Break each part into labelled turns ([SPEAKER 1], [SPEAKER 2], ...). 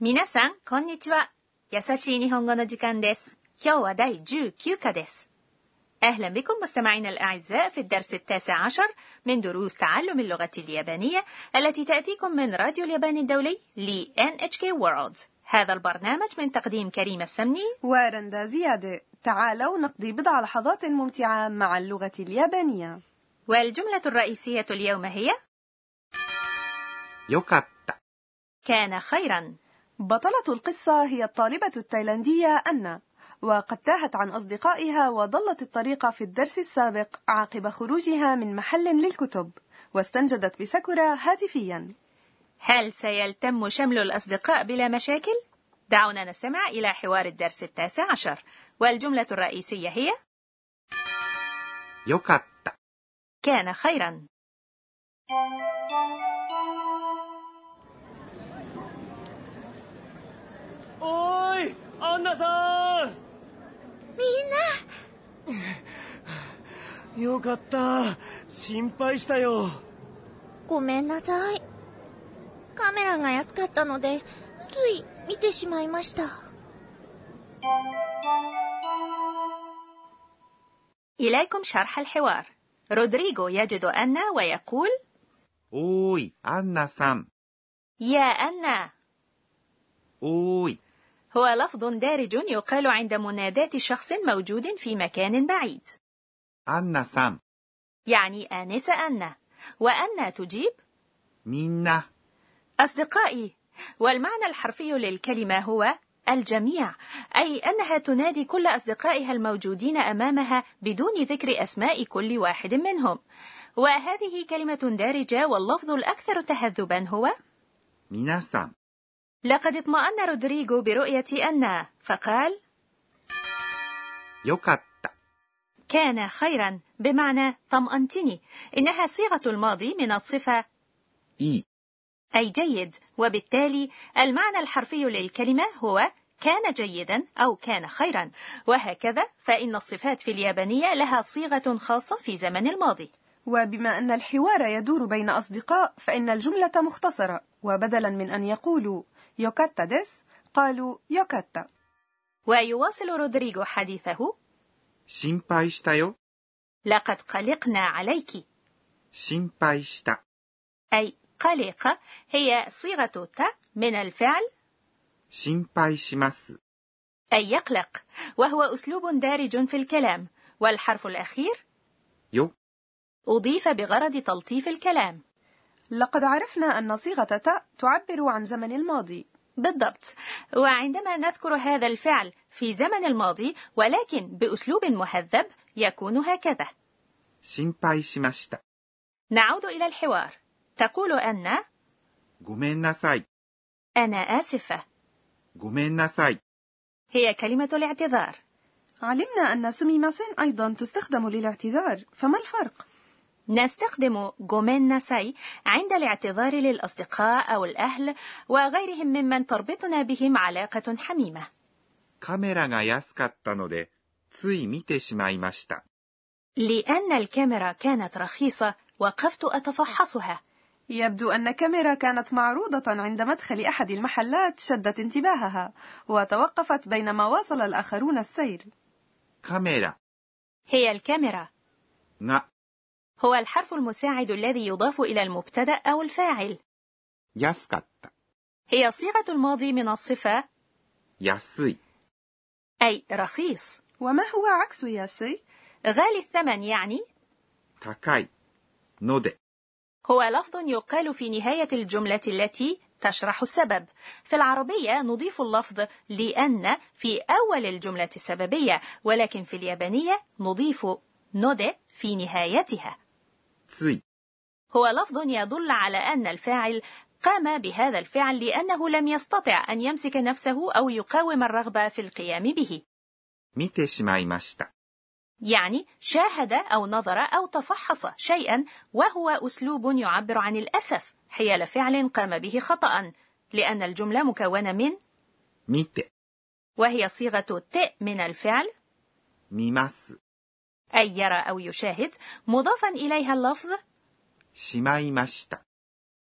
[SPEAKER 1] 皆さん、こんにちは。優しい日本語の時間です。今日は第19課です。أهلا بكم مستمعينا الأعزاء في الدرس التاسع عشر من دروس تعلم اللغة اليابانية التي تأتيكم من راديو اليابان الدولي ل NHK World. هذا البرنامج من تقديم كريم السمني
[SPEAKER 2] ورندا زيادة. تعالوا نقضي بضع لحظات ممتعة مع اللغة اليابانية.
[SPEAKER 1] والجملة الرئيسية اليوم هي
[SPEAKER 3] よかった
[SPEAKER 1] كان خيرا
[SPEAKER 2] بطلة القصة هي الطالبة التايلاندية أنا وقد تاهت عن أصدقائها وضلت الطريق في الدرس السابق عقب خروجها من محل للكتب واستنجدت بساكورا هاتفيا
[SPEAKER 1] هل سيلتم شمل الأصدقاء بلا مشاكل؟ دعونا نستمع إلى حوار الدرس التاسع عشر والجملة الرئيسية هي
[SPEAKER 3] よかった
[SPEAKER 1] كان خيرا
[SPEAKER 4] おーいアンナさ
[SPEAKER 5] みんな
[SPEAKER 4] ん よかった心配したよ
[SPEAKER 5] ごめんなさいカメラが安かったのでつい見てしまいました
[SPEAKER 1] إليكم شرح الحوار رودريغو يجد أنا ويقول
[SPEAKER 3] おーいアンナさん
[SPEAKER 1] يا أنا
[SPEAKER 3] おーい
[SPEAKER 1] هو لفظ دارج يقال عند مناداة شخص موجود في مكان بعيد
[SPEAKER 3] アンナさん
[SPEAKER 1] يعني آنسة أنا وأنا تجيب
[SPEAKER 3] みんな
[SPEAKER 1] أصدقائي والمعنى الحرفي للكلمة هو الجميع أي أنها تنادي كل أصدقائها الموجودين أمامها بدون ذكر أسماء كل واحد منهم وهذه كلمة دارجة واللفظ الأكثر تهذبا هو
[SPEAKER 3] 皆さん
[SPEAKER 1] لقد اطمأن رودريغو برؤية أنا فقال
[SPEAKER 3] よかった
[SPEAKER 1] كان خيرا بمعنى طمأنتني إنها صيغة الماضي من الصفة
[SPEAKER 3] いい
[SPEAKER 1] أي جيد وبالتالي المعنى الحرفي للكلمة هو كان جيدا أو كان خيرا وهكذا فإن الصفات في اليابانية لها صيغة خاصة في زمن الماضي
[SPEAKER 2] وبما أن الحوار يدور بين أصدقاء فإن الجملة مختصرة وبدلا من أن يقولوا يوكاتا ديس قالوا يوكاتا
[SPEAKER 1] ويواصل رودريغو حديثه
[SPEAKER 3] 心配したよ
[SPEAKER 1] لقد قلقنا عليك
[SPEAKER 3] 心配した
[SPEAKER 1] أي قلق هي صيغة ت من الفعل
[SPEAKER 3] 心配します
[SPEAKER 1] أي يقلق وهو أسلوب دارج في الكلام والحرف الأخير
[SPEAKER 3] よ
[SPEAKER 1] أضيف بغرض تلطيف الكلام
[SPEAKER 2] لقد عرفنا أن صيغة تاء تعبر عن زمن الماضي
[SPEAKER 1] بالضبط وعندما نذكر هذا الفعل في زمن الماضي ولكن بأسلوب مهذب يكون هكذا
[SPEAKER 3] 心配しました
[SPEAKER 1] نعود إلى الحوار تقول أن
[SPEAKER 3] ごめんなさい
[SPEAKER 1] أنا آسفة
[SPEAKER 3] ごめんなさい
[SPEAKER 1] هي كلمة الاعتذار
[SPEAKER 2] علمنا أن سوميماسن أيضا تستخدم للاعتذار فما الفرق؟
[SPEAKER 1] نستخدم جومين ناساي عند الاعتذار للأصدقاء أو الأهل وغيرهم ممن تربطنا بهم علاقة حميمة
[SPEAKER 3] カメラが安かったのでつい見てしまいました
[SPEAKER 1] لأن الكاميرا كانت رخيصة وقفت أتفحصها
[SPEAKER 2] يبدو أن كاميرا كانت معروضة عند مدخل أحد المحلات شدت انتباهها وتوقفت بينما واصل الآخرون السير
[SPEAKER 3] カメラ
[SPEAKER 1] هي الكاميرا
[SPEAKER 3] が
[SPEAKER 1] هو الحرف المساعد الذي يضاف إلى المبتدأ أو الفاعل
[SPEAKER 3] 安かった
[SPEAKER 1] هي صيغة الماضي من الصفة
[SPEAKER 3] 安い
[SPEAKER 1] أي رخيص
[SPEAKER 2] وما هو عكس ياسي؟
[SPEAKER 1] غالي الثمن يعني
[SPEAKER 3] 高いので
[SPEAKER 1] هو لفظ يقال في نهاية الجملة التي تشرح السبب في العربية نضيف اللفظ لأن في أول الجملة السببية ولكن في اليابانية نضيف نود في نهايتها
[SPEAKER 3] つい
[SPEAKER 1] هو لفظ يدل على أن الفاعل قام بهذا الفعل لأنه لم يستطع أن يمسك نفسه أو يقاوم الرغبة في القيام به
[SPEAKER 3] 見てしまいました
[SPEAKER 1] يعني شاهد أو نظر أو تفحص شيئا وهو أسلوب يعبر عن الأسف حيال فعل قام به خطأ لأن الجملة مكونة من
[SPEAKER 3] 見て
[SPEAKER 1] وهي صيغة ت من الفعل
[SPEAKER 3] 見ます
[SPEAKER 1] أي يرى أو يشاهد مضافا إليها اللفظ
[SPEAKER 3] しまいました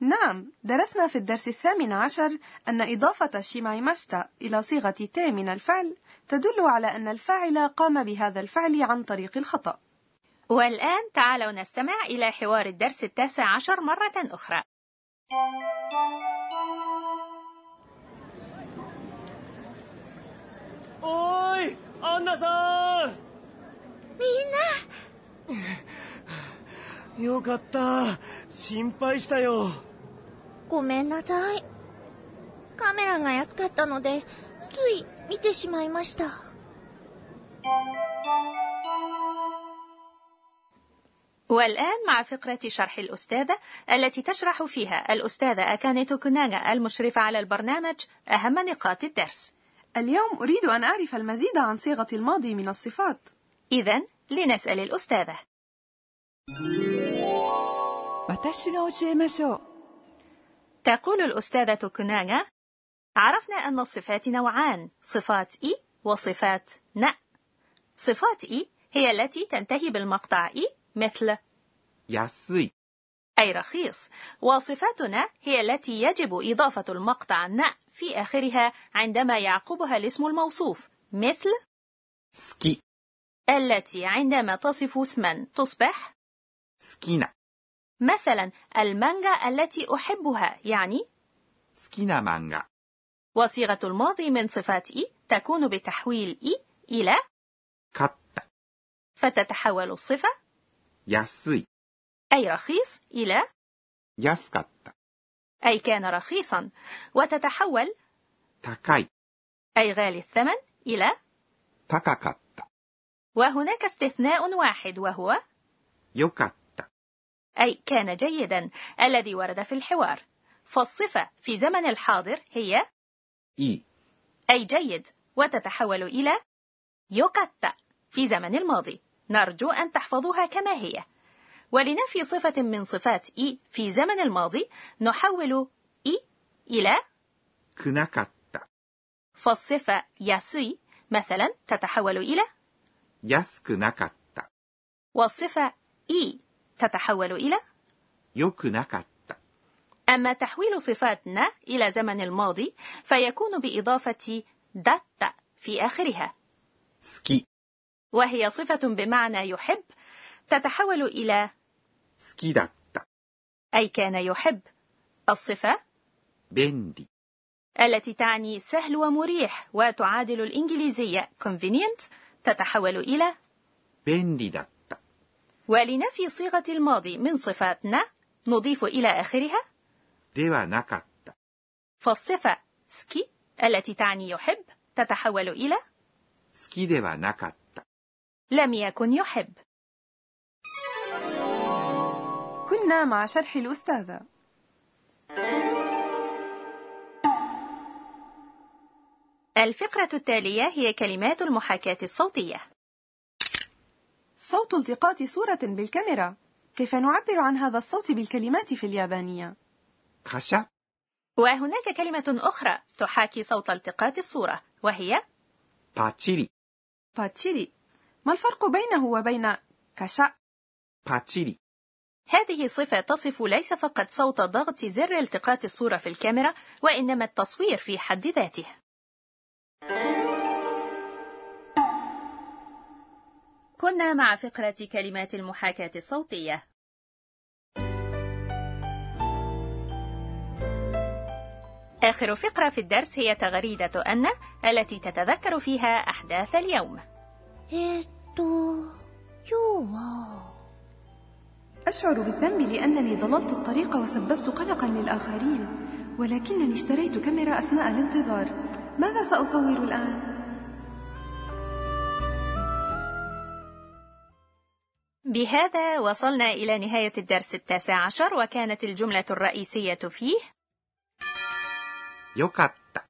[SPEAKER 2] نعم، درسنا في الدرس الثامن عشر أن إضافة شيمايماشتا إلى صيغة ت من الفعل تدل على أن الفاعل قام بهذا الفعل عن طريق الخطأ.
[SPEAKER 1] والآن تعالوا نستمع إلى حوار الدرس التاسع عشر مرة أخرى
[SPEAKER 4] おーいアンナさんみんな よかった心配したよ
[SPEAKER 5] ごめんなさい。カメラが安かったので、つい見てしまいました。
[SPEAKER 1] والآن مع فقرة شرح الأستاذة التي تشرح فيها الأستاذة أكانيتو كوناغا المشرفة على البرنامج أهم نقاط الدرس
[SPEAKER 2] اليوم أريد أن أعرف المزيد عن صيغة الماضي من الصفات.
[SPEAKER 1] إذا لنسأل الأستاذة
[SPEAKER 6] 私が教えましょう
[SPEAKER 1] تقول الأستاذة كوناغا عرفنا أن الصفات نوعان صفات إي وصفات ن صفات إي هي التي تنتهي بالمقطع إي مثل
[SPEAKER 3] 安い、
[SPEAKER 1] أي رخيص وصفاتنا هي التي يجب إضافة المقطع ن في آخرها عندما يعقبها الاسم الموصوف مثل
[SPEAKER 3] 好き、好
[SPEAKER 1] التي عندما تصف اسما تصبح
[SPEAKER 3] きな、好
[SPEAKER 1] مثلا المانجا التي أحبها يعني
[SPEAKER 3] きな漫画、
[SPEAKER 1] وصيغة الماضي من صفات إي تكون بتحويل إي إلى
[SPEAKER 3] 買った、
[SPEAKER 1] فتتحول الصفة
[SPEAKER 3] 安い、
[SPEAKER 1] أي رخيص إلى
[SPEAKER 3] 安かった、
[SPEAKER 1] أي كان رخيصا وتتحول
[SPEAKER 3] 高い、
[SPEAKER 1] أي غالي الثمن إلى
[SPEAKER 3] 高かった、
[SPEAKER 1] وهناك استثناء واحد وهو
[SPEAKER 3] 良かった、
[SPEAKER 1] أي كان جيدا الذي ورد في الحوار فالصفة في زمن الحاضر هي
[SPEAKER 3] いい、
[SPEAKER 1] أي جيد وتتحول إلى يوكاتا في زمن الماضي نرجو أن تحفظوها كما هي ولنفي صفة من صفات إي في زمن الماضي نحول إي إلى
[SPEAKER 3] くなかった、
[SPEAKER 1] فالصفة ياسي مثلا تتحول إلى
[SPEAKER 3] 安くなかった、
[SPEAKER 1] والصفة إي تتحول إلى
[SPEAKER 3] 良くなかった、
[SPEAKER 1] أما تحويل صفاتنا إلى زمن الماضي فيكون بإضافة داتا في آخرها
[SPEAKER 3] 好き、好
[SPEAKER 1] وهي صفة بمعنى يحب تتحول إلى
[SPEAKER 3] きだった、
[SPEAKER 1] أي كان يحب الصفة
[SPEAKER 3] 便利、
[SPEAKER 1] التي تعني سهل ومريح وتعادل الإنجليزية convenient تتحول إلى
[SPEAKER 3] 便利だった、
[SPEAKER 1] ولنفي صيغة الماضي من صفاتنا نضيف إلى آخرها
[SPEAKER 3] ではなかった、
[SPEAKER 1] فالصفة سكي التي تعني يحب تتحول إلى
[SPEAKER 3] 好きではなかった、
[SPEAKER 1] لم يكن يحب
[SPEAKER 2] كنا مع شرح الأستاذة.
[SPEAKER 1] الفقرة التالية هي كلمات المحاكاة الصوتية
[SPEAKER 2] صوت التقاط صورة بالكاميرا. كيف نعبر عن هذا الصوت بالكلمات في اليابانية؟
[SPEAKER 3] カシャ、
[SPEAKER 1] وهناك كلمة أخرى تحاكي صوت التقاط الصورة وهي
[SPEAKER 3] パチリ、
[SPEAKER 2] باتشيري. ما الفرق بينه وبين كشا؟
[SPEAKER 3] パチリ、
[SPEAKER 1] هذه صفة تصف ليس فقط صوت ضغط زر التقاط الصورة في الكاميرا وإنما التصوير في حد ذاته كنا مع فقرة كلمات المحاكاة الصوتية آخر فقرة في الدرس هي تغريدة أن التي تتذكر فيها أحداث اليوم
[SPEAKER 5] えーっと、今日は、
[SPEAKER 2] أشعر بالذنب لأنني ضللت الطريق وسببت قلقا للآخرين ولكنني اشتريت كاميرا أثناء الانتظار ماذا سأصور الآن؟
[SPEAKER 1] بهذا وصلنا إلى نهاية الدرس التاسع عشر وكانت الجملة الرئيسية فيه
[SPEAKER 3] 良かった、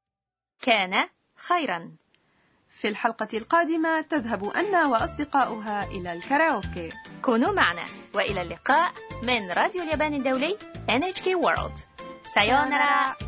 [SPEAKER 1] كان خيرا
[SPEAKER 2] في الحلقة القادمة تذهب أنا وأصدقاؤها إلى الكراوكي
[SPEAKER 1] كونوا معنا وإلى اللقاء من راديو اليابان الدولي NHK World سايونارا